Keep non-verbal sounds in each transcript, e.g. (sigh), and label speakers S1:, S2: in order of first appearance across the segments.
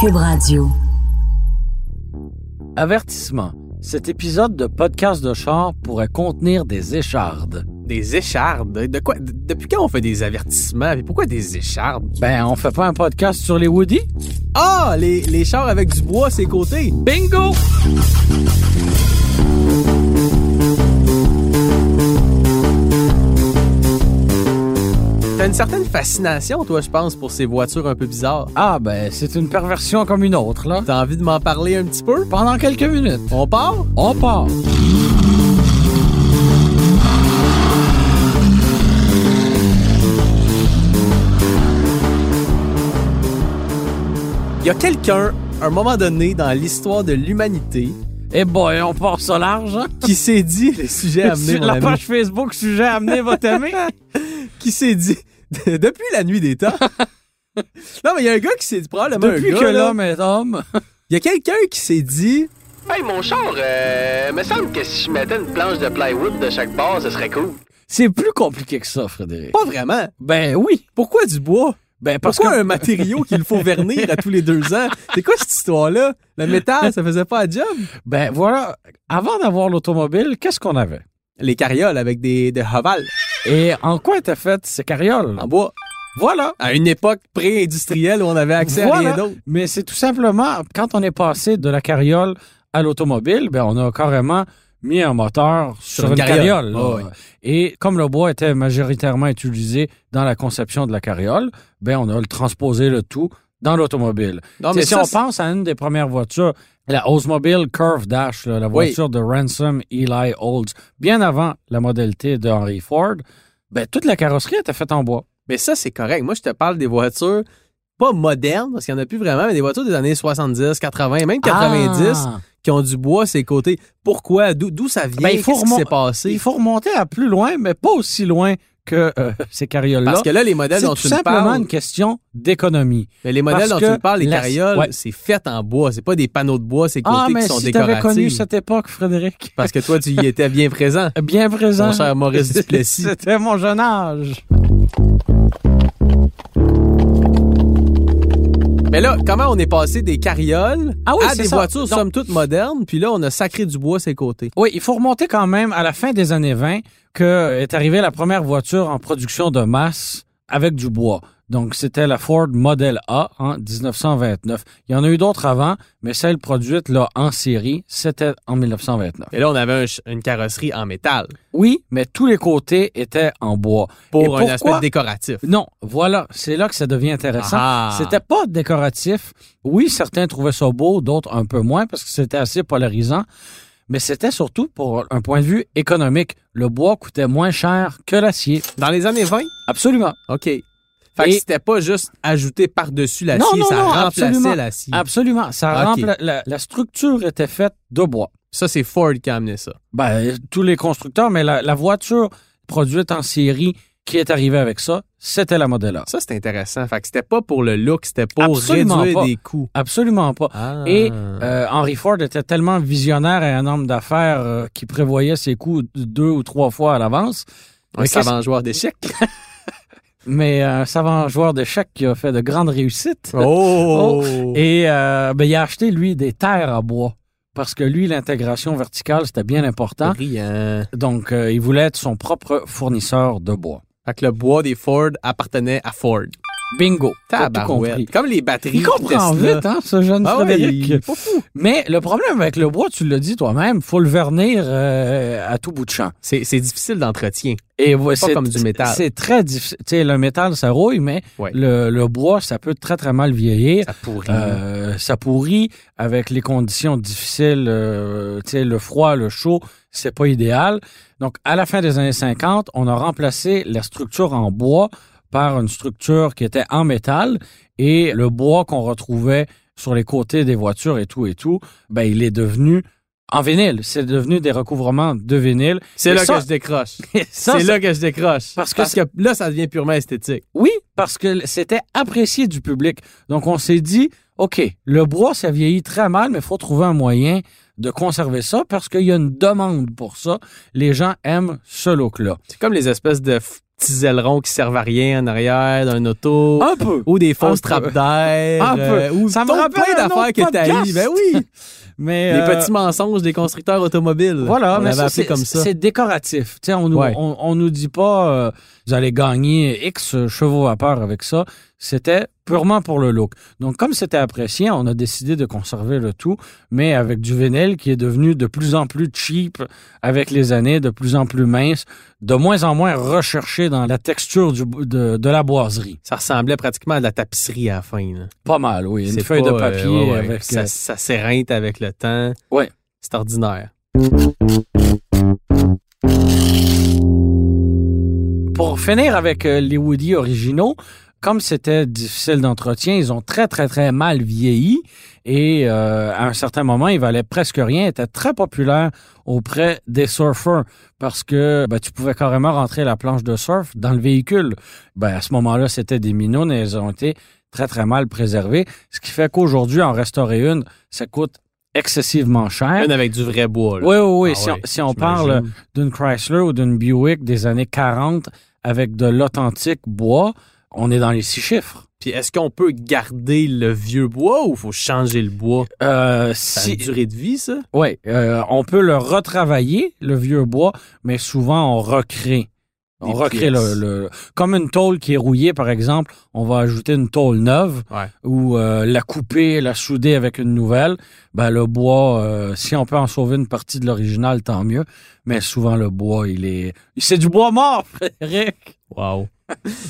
S1: Cube Radio.
S2: Avertissement. Cet épisode de podcast de char pourrait contenir des échardes.
S3: Des échardes? De quoi? de- depuis quand on fait des avertissements? Puis pourquoi des échardes?
S2: Ben, on fait pas un podcast sur les Woody?
S3: Ah! Les, les chars avec du bois à ses côtés!
S2: Bingo!
S3: T'as une certaine fascination, toi, je pense, pour ces voitures un peu bizarres.
S2: Ah, ben, c'est une perversion comme une autre, là.
S3: T'as envie de m'en parler un petit peu?
S2: Pendant quelques minutes,
S3: On part?
S2: on part.
S3: Il y a quelqu'un, à un moment donné dans l'histoire de l'humanité,
S2: Eh boy, on part ça large, hein? (laughs)
S3: qui s'est dit le sujet amené,
S2: Sur
S3: mon
S2: la
S3: ami.
S2: page Facebook, sujet amené, va
S3: (laughs)
S2: t'aimer.
S3: qui s'est dit (laughs) depuis la nuit des temps. (laughs) non, mais il y a un gars qui s'est dit probablement
S2: Depuis
S3: un gars,
S2: que
S3: là,
S2: l'homme est homme.
S3: Il y a quelqu'un qui s'est dit
S4: Hey, mon char, euh, me semble que si je mettais une planche de plywood de chaque bord, ce serait cool.
S2: C'est plus compliqué que ça, Frédéric.
S3: pas vraiment.
S2: Ben oui.
S3: Pourquoi du bois
S2: Ben, parce
S3: Pourquoi
S2: que.
S3: un matériau qu'il faut vernir à tous les deux ans C'est quoi cette histoire-là Le métal, ça faisait pas la job
S2: Ben voilà, avant d'avoir l'automobile, qu'est-ce qu'on avait?
S3: Les carrioles avec des, des ovales
S2: Et en quoi étaient faites ces carrioles?
S3: en bois.
S2: Voilà.
S3: À une époque pré-industrielle où on avait accès à rien
S2: Voilà.
S3: d'autre.
S2: Mais c'est tout simplement, quand on est passé de la carriole à l'automobile, ben, on a carrément mis un moteur sur,
S3: une
S2: une
S3: carriole.
S2: carriole. là.
S3: Ah oui.
S2: Et comme le bois était majoritairement utilisé dans la conception de la carriole, ben, on a le transposé le tout dans l'automobile.
S3: Non,
S2: Tu sais, si
S3: ça,
S2: on
S3: c'est-
S2: pense à une des premières voitures, la Oldsmobile Curve Dash, là, la
S3: Oui.
S2: voiture de Ransom Eli Olds, bien avant la Model T de Henry Ford, ben, toute la carrosserie était faite en bois.
S3: Mais ça, c'est correct. Moi, je te parle des voitures pas modernes, parce qu'il n'y en a plus vraiment, mais des voitures des années 70, 80, même 90,
S2: Ah.
S3: qui ont du bois à ses côtés. Pourquoi? D'où d'où ça vient?
S2: Ben, il faut
S3: Qu'est-ce qui
S2: remon-
S3: s'est passé?
S2: Il faut remonter à plus loin, mais pas aussi loin que euh, (laughs) ces carrioles-là.
S3: Parce que là, les modèles
S2: C'est
S3: dont
S2: tout
S3: tu me
S2: simplement
S3: parles,
S2: une question d'économie.
S3: mais les modèles
S2: parce
S3: dont tu
S2: que
S3: me parles, les
S2: la-
S3: carrioles,
S2: ouais.
S3: c'est fait en bois. C'est pas des panneaux de bois, c'est côtés
S2: Ah, mais
S3: qui sont
S2: si t'avais
S3: décoratifs.
S2: connu cette époque, Frédéric.
S3: Parce que toi, tu y étais bien
S2: (laughs)
S3: présent.
S2: Bien présent.
S3: Mon cher
S2: (laughs)
S3: Maurice Duplessis.
S2: C'était mon jeune âge.
S3: Mais là, comment on est passé des carrioles
S2: Ah oui,
S3: à
S2: c'est
S3: des
S2: ça.
S3: voitures,
S2: Donc-
S3: somme toute, modernes, puis là, on a sacré du bois à ses côtés.
S2: Oui, il faut remonter quand même à la fin des années 20 que est arrivée la première voiture en production de masse avec du bois. Donc, c'était la Ford Model A en 1929. Il y en a eu d'autres avant, mais celle produite là, en série, c'était en 1929.
S3: Et là, on avait un ch- une carrosserie en métal
S2: Oui, mais tous les côtés étaient en bois.
S3: pour euh,
S2: Et
S3: un
S2: pourquoi-
S3: aspect décoratif.
S2: Non, voilà, c'est là que ça devient intéressant.
S3: Ah.
S2: C'était pas décoratif. Oui, certains trouvaient ça beau, d'autres un peu moins parce que c'était assez polarisant. Mais c'était surtout pour un point de vue économique. Le bois coûtait moins cher que l'acier.
S3: Dans les années 20?
S2: Absolument.
S3: OK. Fait que
S2: Et-
S3: c'était pas juste ajouté par-dessus
S2: Non,
S3: l'acier,
S2: non,
S3: ça
S2: non, absolument.
S3: remplaçait l'acier.
S2: Absolument. Ça
S3: Ok.
S2: rempla- la, la structure était faite de bois.
S3: Ça, c'est Ford qui a amené ça.
S2: Ben, tous les constructeurs, mais la, la voiture produite en série qui est arrivée avec ça, c'était la Model A.
S3: Ça, c'est intéressant. Fait que c'était pas pour le look, c'était pour
S2: Absolument
S3: réduire
S2: pas.
S3: des coûts. Ah.
S2: Absolument pas. Et euh, Henry Ford était tellement visionnaire et un homme d'affaires euh, qui prévoyait ses coûts d- deux ou trois fois à l'avance.
S3: un
S2: mais
S3: savant joueur d'échecs.
S2: (laughs) Mais euh, un savant joueur d'échecs qui a fait de grandes réussites.
S3: Oh!
S2: Et euh, ben, il a acheté, lui, des terres à bois. Parce que lui, l'intégration verticale, c'était bien important.
S3: Brillant.
S2: Donc, euh, il voulait être son propre fournisseur de bois.
S3: Fait que le bois des Ford appartenait à Ford.
S2: Bingo. T'as tout compris.
S3: Tabarouette. Comme les batteries.
S2: Il comprend
S3: Tesla.
S2: vite, hein, ce jeune
S3: Ah ouais,
S2: Frédéric.
S3: il est pas fou.
S2: Mais le problème avec le bois, tu le dis toi-même, faut le vernir euh, à tout bout de champ.
S3: C'est c'est difficile d'entretien.
S2: Et ouais,
S3: Pas comme du métal.
S2: C'est très difficile. Tu sais, le métal, ça rouille, mais
S3: Ouais.
S2: le, le bois, ça peut très, très mal vieillir.
S3: Ça pourrit.
S2: Euh, ça pourrit avec les conditions difficiles, euh, tu sais, le froid, le chaud, c'est pas idéal. Donc, à la fin des années 50, on a remplacé la structure en bois par une structure qui était en métal et le bois qu'on retrouvait sur les côtés des voitures et tout et tout, ben il est devenu en vinyle. C'est devenu des recouvrements de vinyle.
S3: C'est
S2: Et
S3: là
S2: ça-
S3: que je décroche.
S2: Ça,
S3: (laughs)
S2: ça-
S3: c'est là que je décroche.
S2: Parce
S3: Parce
S2: que
S3: que, là, ça devient purement esthétique.
S2: Oui, parce que c'était apprécié du public. Donc, on s'est dit, OK, le bois, ça vieillit très mal, mais il faut trouver un moyen de conserver ça parce qu'il y a une demande pour ça. Les gens aiment ce look-là.
S3: C'est comme les espèces de f- petits ailerons qui servent à rien en arrière d'un auto.
S2: Un peu.
S3: Ou des fausses
S2: Ah, Un peu. Ah,
S3: trappes d'air.
S2: Un peu.
S3: euh, ou
S2: Ça me
S3: d'autres
S2: rappelle
S3: plein
S2: un
S3: d'affaires
S2: autre
S3: que
S2: podcast.
S3: t'haïs. Ben oui.
S2: (laughs) Mais,
S3: Les
S2: euh,
S3: petits mensonges des constructeurs automobiles.
S2: Voilà,
S3: on
S2: mais
S3: l'avait
S2: ça,
S3: appelé
S2: c'est
S3: comme ça.
S2: c'est décoratif. Tu sais, on nous,
S3: Ouais.
S2: on, on nous dit pas euh, vous allez gagner X chevaux à part avec ça. C'était purement pour le look. Donc, comme c'était apprécié, on a décidé de conserver le tout, mais avec du vinyle qui est devenu de plus en plus cheap avec les années, de plus en plus mince, de moins en moins recherché dans la texture du, bo- de, de la boiserie.
S3: Ça ressemblait pratiquement à de la tapisserie à la fin. là.
S2: Pas mal, oui. Une
S3: C'est
S2: feuille
S3: pas,
S2: de papier
S3: euh, ouais, ouais.
S2: avec...
S3: ça,
S2: euh,
S3: ça s'éreinte avec le temps.
S2: Ouais.
S3: C'est ordinaire.
S2: Pour finir avec euh, les Woody originaux, comme c'était difficile d'entretien, ils ont très, très, très mal vieilli. Et euh, à un certain moment, ils valaient presque rien, étaient très populaires auprès des surfers parce que ben, tu pouvais carrément rentrer la planche de surf dans le véhicule. Ben, à ce moment-là, c'était des minounes et elles ont été très, très mal préservées. Ce qui fait qu'aujourd'hui, en restaurer une, ça coûte excessivement cher.
S3: Une avec du vrai bois. là.
S2: Oui, oui, oui.
S3: Ah
S2: si,
S3: ouais,
S2: on, si on
S3: j'imagine.
S2: parle euh, d'une Chrysler ou d'une Buick des années 40 avec de l'authentique bois, on est dans les six chiffres.
S3: Puis est-ce qu'on peut garder le vieux bois ou faut changer le bois?
S2: Euh,
S3: Ça a une
S2: si,
S3: durée de vie, ça?
S2: ouais, euh, on peut le retravailler, le vieux bois, mais souvent on recrée. On
S3: Des
S2: recrée le,
S3: pièces.
S2: le- Comme une tôle qui est rouillée, par exemple, on va ajouter une tôle neuve
S3: Ouais.
S2: ou euh, la couper, la souder avec une nouvelle. Ben, le bois, euh, si on peut en sauver une partie de l'original, tant mieux. Mais souvent, le bois, il est... C'est du bois mort, (laughs) Frédéric!
S3: Wow.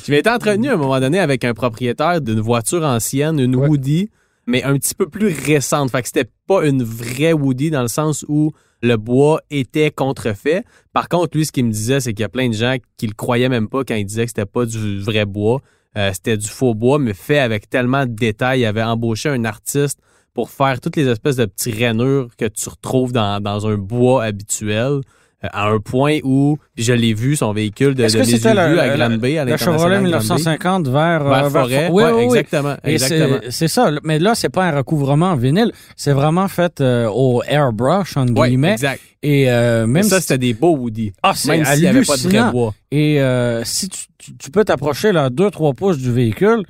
S3: Je m'étais entretenu à un moment donné avec un propriétaire d'une voiture ancienne, une
S2: Ouais.
S3: Woody, mais un petit peu plus récente. Fait que c'était pas une vraie Woody dans le sens où le bois était contrefait. Par contre, lui, ce qu'il me disait, c'est qu'il y a plein de gens qui le croyaient même pas quand il disait que c'était pas du vrai bois. Euh, c'était du faux bois, mais fait avec tellement de détails. Il avait embauché un artiste pour faire toutes les espèces de petits rainures que tu retrouves dans, dans un bois habituel. euh, À un point où, puis je l'ai vu, son véhicule de,
S2: Est-ce
S3: de
S2: que
S3: mes
S2: c'était
S3: yeux
S2: la-
S3: vus
S2: la-
S3: à Granby, à
S2: La
S3: l'international
S2: Chevrolet
S3: Granby.
S2: 1950 vers, euh,
S3: Vers
S2: vers
S3: Forêt.
S2: Fo- Oui,
S3: ouais,
S2: oui, oui.
S3: exactement.
S2: Et c'est-
S3: exactement.
S2: C'est ça. le- Mais là, c'est pas un recouvrement en vinyle. C'est vraiment fait euh, au airbrush, entre
S3: Ouais,
S2: guillemets.
S3: exact.
S2: Et euh,
S3: Même
S2: même
S3: ça,
S2: si-
S3: c'était des beaux Woody.
S2: Ah, c'est
S3: Même s'il n'y avait pas de
S2: hallucinant.
S3: vrai bois.
S2: Et euh, si tu, tu- tu peux t'approcher là, 2-3 pouces du véhicule,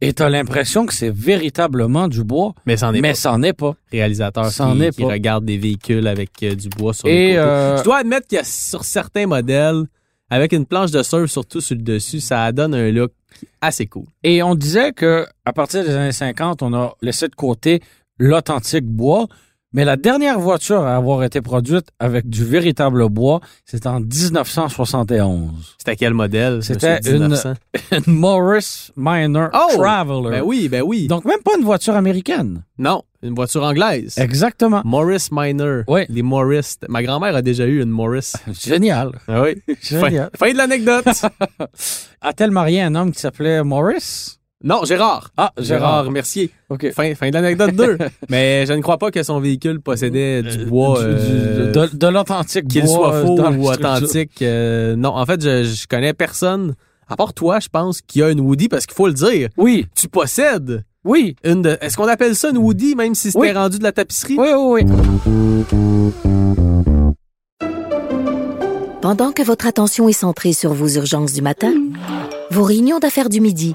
S2: et t'as l'impression que c'est véritablement du bois,
S3: Mais c'en est
S2: mais
S3: mais
S2: ça n'en est pas.
S3: réalisateur
S2: c'en
S3: qui,
S2: est
S3: qui
S2: pas.
S3: regarde des véhicules avec euh, du bois sur les
S2: Et
S3: côtés.
S2: euh,
S3: Je dois admettre qu'il y a sur certains modèles, avec une planche de surf surtout sur le dessus, ça donne un look assez cool.
S2: Et on disait que à partir des années 50, on a laissé de côté l'authentique bois, mais la dernière voiture à avoir été produite avec du véritable bois, c'est en 1971.
S3: C'était quel modèle? je me
S2: C'était
S3: suis dit
S2: une-
S3: 900.
S2: (laughs) Une Morris Minor
S3: Oh!
S2: Traveler.
S3: Ben oui, ben oui.
S2: Donc même pas une voiture américaine.
S3: non, une voiture anglaise.
S2: Exactement.
S3: Morris Minor.
S2: Oui.
S3: Les Morris. Ma grand-mère a déjà eu une Morris.
S2: Génial.
S3: (laughs) Ah oui.
S2: Génial.
S3: Fin, fin de l'anecdote.
S2: A-t-elle marié un homme qui s'appelait Morris?
S3: non, Gérard.
S2: Ah, Gérard.
S3: Gérard Mercier.
S2: OK.
S3: Fin, fin de l'anecdote 2. (laughs) Mais je ne crois pas que son véhicule possédait Euh, du bois.
S2: Du- du-
S3: euh,
S2: de de l'authentique bois.
S3: qu'il soit
S2: euh,
S3: faux
S2: dans la
S3: ou
S2: structure.
S3: authentique. euh, non, en fait, je, je connais personne, à part toi, je pense, qui a une Woody, parce qu'il faut le dire,
S2: Oui,
S3: tu possèdes
S2: oui,
S3: une de... Est-ce qu'on appelle ça une Woody, même si c'était
S2: Oui.
S3: rendu de la tapisserie?
S2: oui, oui, (laughs) oui.
S5: Pendant que votre attention est centrée sur vos urgences du matin, vos réunions d'affaires du midi,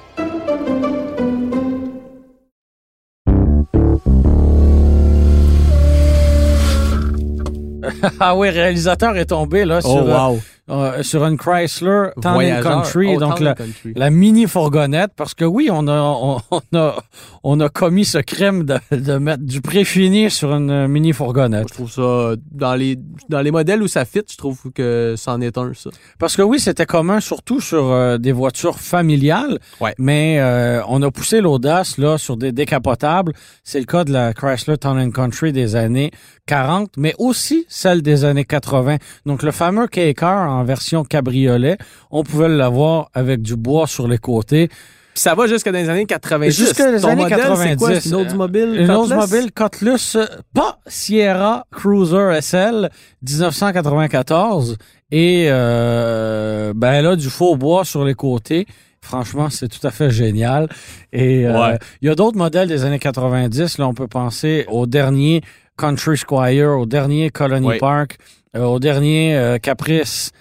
S2: Ah oui, réalisateur est tombé là sur
S3: Oh,
S2: euh,
S3: wow.
S2: euh, sur une Chrysler Town and
S3: Voyageur.
S2: Country,
S3: Oh,
S2: donc
S3: Town
S2: la,
S3: and Country.
S2: la mini fourgonnette, parce que oui, on a, on, on a, on a commis ce crime de, de mettre du préfini sur une euh, mini
S3: Moi, je
S2: fourgonnette.
S3: trouve ça dans les dans les modèles où ça fit, je trouve que c'en est un ça.
S2: Parce que oui, c'était commun surtout sur euh, des voitures familiales,
S3: Ouais.
S2: mais euh, on a poussé l'audace là sur des décapotables. C'est le cas de la Chrysler Town and Country des années 40, mais aussi celle des années 80. Donc le fameux K-Car en version cabriolet, on pouvait l'avoir avec du bois sur les côtés.
S3: Puis ça va jusque dans les années 90.
S2: Jusque les
S3: Ton
S2: années
S3: modèle, c'est quoi
S2: 90.
S3: C'est une Oldsmobile
S2: Une
S3: Cutlass?
S2: Oldsmobile Cutlass, euh, pas Sierra Cruiser SL 1994. Et euh, ben elle a du faux bois sur les côtés. Franchement, c'est tout à fait génial. Et euh,
S3: Ouais.
S2: il y a d'autres modèles des années 90. Là, on peut penser au dernier Country Squire, au dernier Colony
S3: Oui.
S2: Park, euh, au dernier euh, Caprice.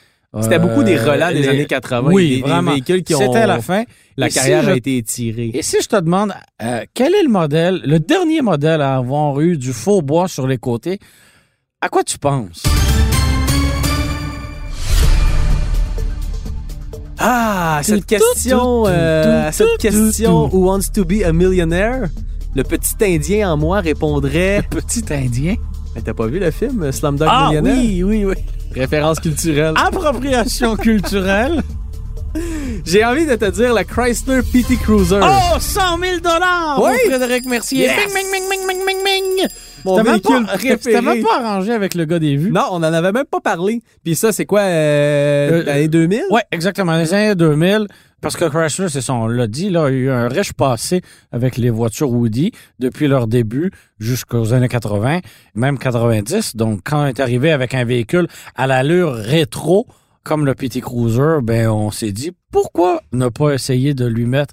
S3: C'était
S2: Euh,
S3: beaucoup des relats des
S2: les-
S3: années 80,
S2: Oui,
S3: des- des
S2: vraiment.
S3: véhicules qui ont
S2: C'était la fin.
S3: La
S2: Et si
S3: carrière
S2: je
S3: a été étirée.
S2: et si je te demande euh, quel est le modèle, le dernier modèle à avoir eu du faux bois sur les côtés, à quoi tu penses?
S3: Ah, à cette
S2: Tout, tout,
S3: question,
S2: tout,
S3: euh,
S2: tout,
S3: à cette
S2: tout,
S3: question,
S2: tout.
S3: who wants to be a millionaire? Le petit Indien en moi répondrait.
S2: Petit Indien.
S3: Mais t'as pas vu le film euh, Slumdog
S2: Ah
S3: Millionaire?
S2: oui, Ah! oui, oui.
S3: Référence culturelle. (laughs)
S2: Appropriation culturelle.
S3: J'ai envie de te dire la Chrysler PT Cruiser.
S2: Oh, 100 000 dollars!
S3: Oui.
S2: Frédéric Mercier.
S3: Yes.
S2: Ming, ming, ming, ming, ming, ming, ming.
S3: Mon
S2: T'as même
S3: véhicule
S2: pas-
S3: préféré.
S2: t'as même pas arrangé avec le gars des vues.
S3: Non, on en avait même pas parlé. Puis ça, c'est quoi, euh,
S2: Euh,
S3: l'année 2000?
S2: Oui, exactement. Les années 2000, parce que Chrysler, c'est ça, on l'a dit, là, il y a eu un riche passé avec les voitures Woody depuis leur début jusqu'aux années 80, même 90. Donc, quand on est arrivé avec un véhicule à l'allure rétro, comme le Petit Cruiser, ben, on s'est dit, pourquoi ne pas essayer de lui mettre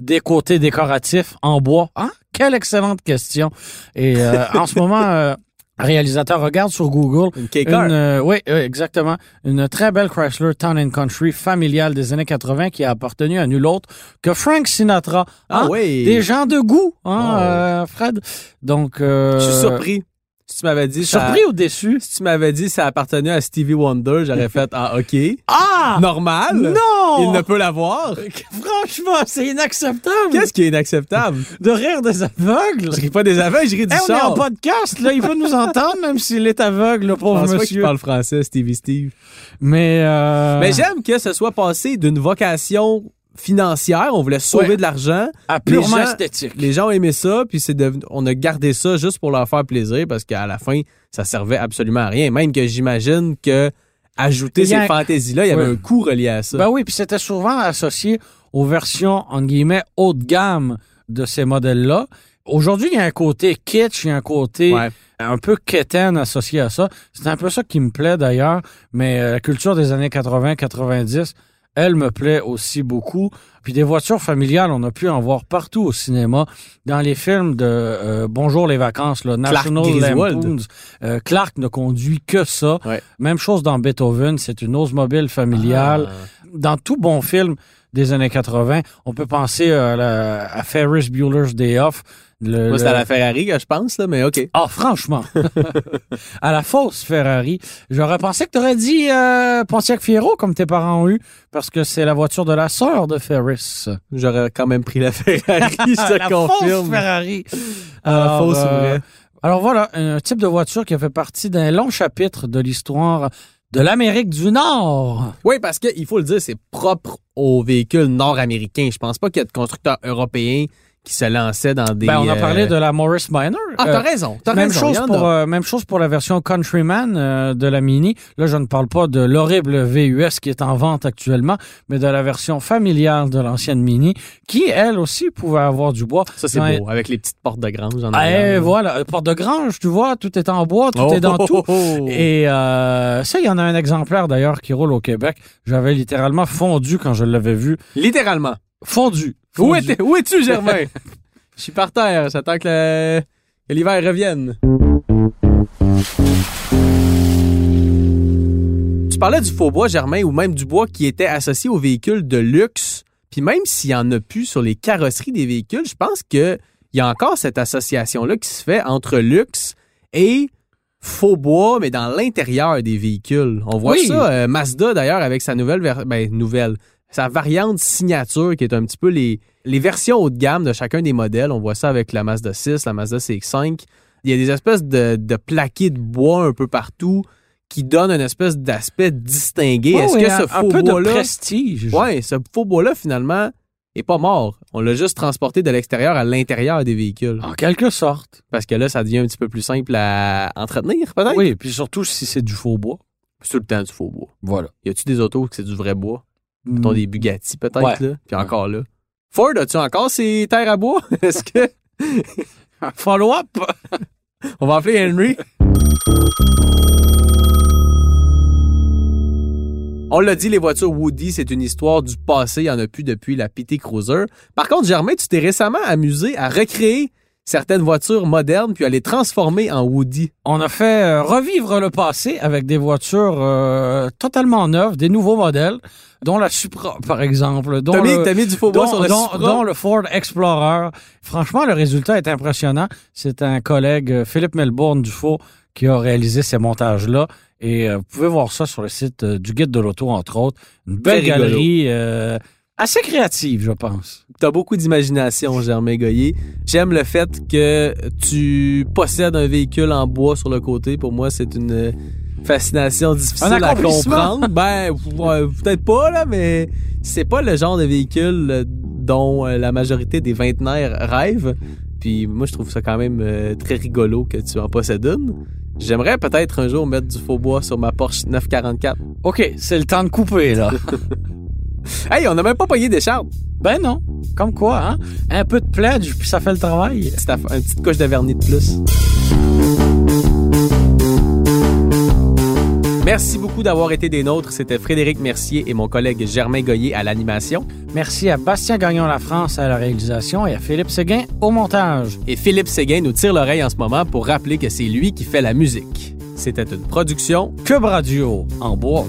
S2: des côtés décoratifs en bois? Hein? Quelle excellente question. Et euh, en ce moment, euh, réalisateur, regarde sur Google
S3: Une K-Car.
S2: une, euh, oui, oui, exactement. Une très belle Chrysler Town and Country familiale des années 80 qui a appartenu à nul autre que Frank Sinatra.
S3: Ah
S2: Hein?
S3: oui.
S2: Des gens de goût, hein,
S3: Oh.
S2: euh, Fred. Donc, euh,
S3: Je suis surpris. Si tu m'avais dit ça...
S2: Surpris ou déçu?
S3: (laughs) Si tu m'avais dit ça appartenait à Stevie Wonder, j'aurais fait ah ok.
S2: Ah!
S3: Normal.
S2: Non!
S3: Il ne
S2: (laughs)
S3: peut l'avoir.
S2: Franchement, c'est inacceptable
S3: Qu'est-ce qui est inacceptable?
S2: de rire des aveugles.
S3: Je ris pas des aveugles, je ris du
S2: Hey, Eh, on est en
S3: sort.
S2: podcast, là, il peut nous entendre même s'il est aveugle, le
S3: Je
S2: pauvre
S3: pense pas qu'il
S2: monsieur.
S3: parle français, Stevie Steve.
S2: Mais, euh,
S3: Mais j'aime que ce soit passé d'une vocation financière, on voulait sauver
S2: Ouais.
S3: de l'argent.
S2: à purement
S3: les gens-
S2: esthétique.
S3: Les gens ont aimé ça, puis c'est devenu- on a gardé ça juste pour leur faire plaisir parce qu'à la fin, ça servait absolument à rien. Même que j'imagine que ajouter
S2: Il y a
S3: ces
S2: un-
S3: fantaisies-là, il y avait
S2: Ouais.
S3: un coût relié à ça.
S2: Ben oui, puis c'était souvent associé aux versions, en guillemets, haut de gamme de ces modèles-là. Aujourd'hui, il y a un côté kitsch, il y a un côté
S3: Ouais.
S2: un peu quétaine associé à ça. C'est un peu ça qui me plaît d'ailleurs, mais euh, la culture des années 80-90, elle me plaît aussi beaucoup. Puis des voitures familiales, on a pu en voir partout au cinéma, dans les films de euh, Bonjour les vacances, là,
S3: Clark
S2: National
S3: Griswold.
S2: Lampoons. Euh, Clark ne conduit que ça.
S3: Ouais.
S2: Même chose dans Beethoven, c'est une Oldsmobile familiale
S3: Ah.
S2: dans tout bon film des années 80, on peut penser euh, à, la- à Ferris Bueller's Day Off. Le,
S3: Moi, c'est à
S2: le-
S3: la Ferrari que je pense, là, mais OK.
S2: Ah, franchement! (laughs) à la fausse Ferrari. J'aurais pensé que tu aurais dit euh, Pontiac Fiero comme tes parents ont eu, parce que c'est la voiture de la sœur de Ferris.
S3: J'aurais quand même pris Ah, la (laughs) Ferrari, je te
S2: la fausse
S3: confirme.
S2: Ferrari!
S3: la fausse, vraie.
S2: euh, alors voilà, un type de voiture qui a fait partie d'un long chapitre de l'histoire de l'Amérique du Nord.
S3: Oui, parce que il faut le dire, c'est propre aux véhicules nord-américains. Je pense pas qu'il y a de constructeurs européens qui se lançaient dans des.
S2: Ben, on a
S3: euh,
S2: parlé de la Morris Minor.
S3: Ah,
S2: Euh,
S3: t'as raison. T'as
S2: Même
S3: raison, il
S2: chose,
S3: y en
S2: pour,
S3: a.
S2: euh, même chose pour la version Countryman euh, de la Mini. Là, je ne parle pas de l'horrible VUS qui est en vente actuellement, mais de la version familiale de l'ancienne Mini, qui, elle aussi, pouvait avoir du bois.
S3: Ça, c'est
S2: Ouais.
S3: beau, avec les petites portes de grange en
S2: Ah, eh,
S3: arrière.
S2: voilà, Euh, porte de grange, tu vois, tout est en bois, tout
S3: Oh,
S2: est dans
S3: oh,
S2: tout.
S3: oh, oh.
S2: Et euh, ça, il y en a un exemplaire d'ailleurs qui roule au Québec. J'avais littéralement fondu quand je l'avais vu.
S3: Littéralement.
S2: Fondu.
S3: Où,
S2: Fondu.
S3: était- où es-tu, Germain? Je suis par terre. J'attends que le- que l'hiver revienne. Tu parlais du faux bois, Germain, ou même du bois qui était associé aux véhicules de luxe. Puis même s'il n'y en a plus sur les carrosseries des véhicules, je pense qu'il y a encore cette association-là qui se fait entre luxe et faux bois, mais dans l'intérieur des véhicules. On voit
S2: Oui.
S3: ça. euh, Mazda, d'ailleurs, avec sa nouvelle, ver- ben, nouvelle, sa variante signature, qui est un petit peu les, les versions haut de gamme de chacun des modèles. On voit ça avec la Mazda 6, la Mazda CX5. Il y a des espèces de, de plaqués de bois un peu partout qui donnent une espèce d'aspect distingué. Est-ce
S2: Ouais,
S3: que
S2: un-
S3: ce
S2: un
S3: faux
S2: peu de
S3: bois-là...
S2: prestige?
S3: Ouais, ce faux bois-là, finalement, est pas mort. On l'a juste transporté de l'extérieur à l'intérieur des véhicules.
S2: En quelque sorte.
S3: Parce que là, ça devient un petit peu plus simple à entretenir, peut-être.
S2: Oui, puis surtout si c'est du faux bois.
S3: Sur le temps du faux bois.
S2: Voilà.
S3: Y a-tu des autos que c'est du vrai bois? Mettons des Bugatti, peut-être,
S2: Mm. Ouais.
S3: là. Puis encore là. Ford, as-tu encore ses terres à bois? (laughs) Est-ce que.
S2: Hmm. Follow-up!
S3: On va appeler Henry. On l'a dit, les voitures Woody, c'est une histoire du passé. Il n'y en a plus depuis la Pity Cruiser. Par contre, Germain, tu t'es récemment amusé à recréer certaines voitures modernes puis à les transformer en Woody.
S2: On a fait euh, revivre le passé avec des voitures euh, totalement neuves, des nouveaux modèles, dont la Supra, par exemple. Dont
S3: T'as mis,
S2: le-
S3: t'as mis du faux bois
S2: dont-
S3: sur le
S2: dont-
S3: Supra.
S2: dont le Ford Explorer. Franchement, le résultat est impressionnant. C'est un collègue, euh, Philippe Melbourne Dufaux, qui a réalisé ces montages-là. Et euh, vous pouvez voir ça sur le site euh, du Guide de l'Auto, entre autres. Une belle
S3: Très rigolo.
S2: galerie euh, assez créative, je pense.
S3: T'as beaucoup d'imagination, Germain Goyer. J'aime le fait que tu possèdes un véhicule en bois sur le côté. Pour moi, c'est une fascination
S2: Un
S3: difficile à
S2: accomplissement.
S3: comprendre. Ben, ouais, peut-être pas, là, mais c'est pas le genre de véhicule euh, dont euh, la majorité des vingtenaires rêvent. Puis moi, je trouve ça quand même euh, très rigolo que tu en possèdes une. J'aimerais peut-être un jour mettre du faux bois sur ma Porsche 944.
S2: OK, c'est le temps de couper, là.
S3: Hey, on n'a même pas payé des charges.
S2: ben non, comme quoi, hein? Un peu de pledge, puis ça fait le travail.
S3: Petite aff- Une petite couche de vernis de plus. Merci beaucoup d'avoir été des nôtres. C'était Frédéric Mercier et mon collègue Germain Goyer à l'animation
S2: Merci à Bastien Gagnon La France à la réalisation et à Philippe Séguin au montage.
S3: et Philippe Séguin nous tire l'oreille en ce moment pour rappeler que c'est lui qui fait la musique. C'était une production
S2: Cube Radio en bois.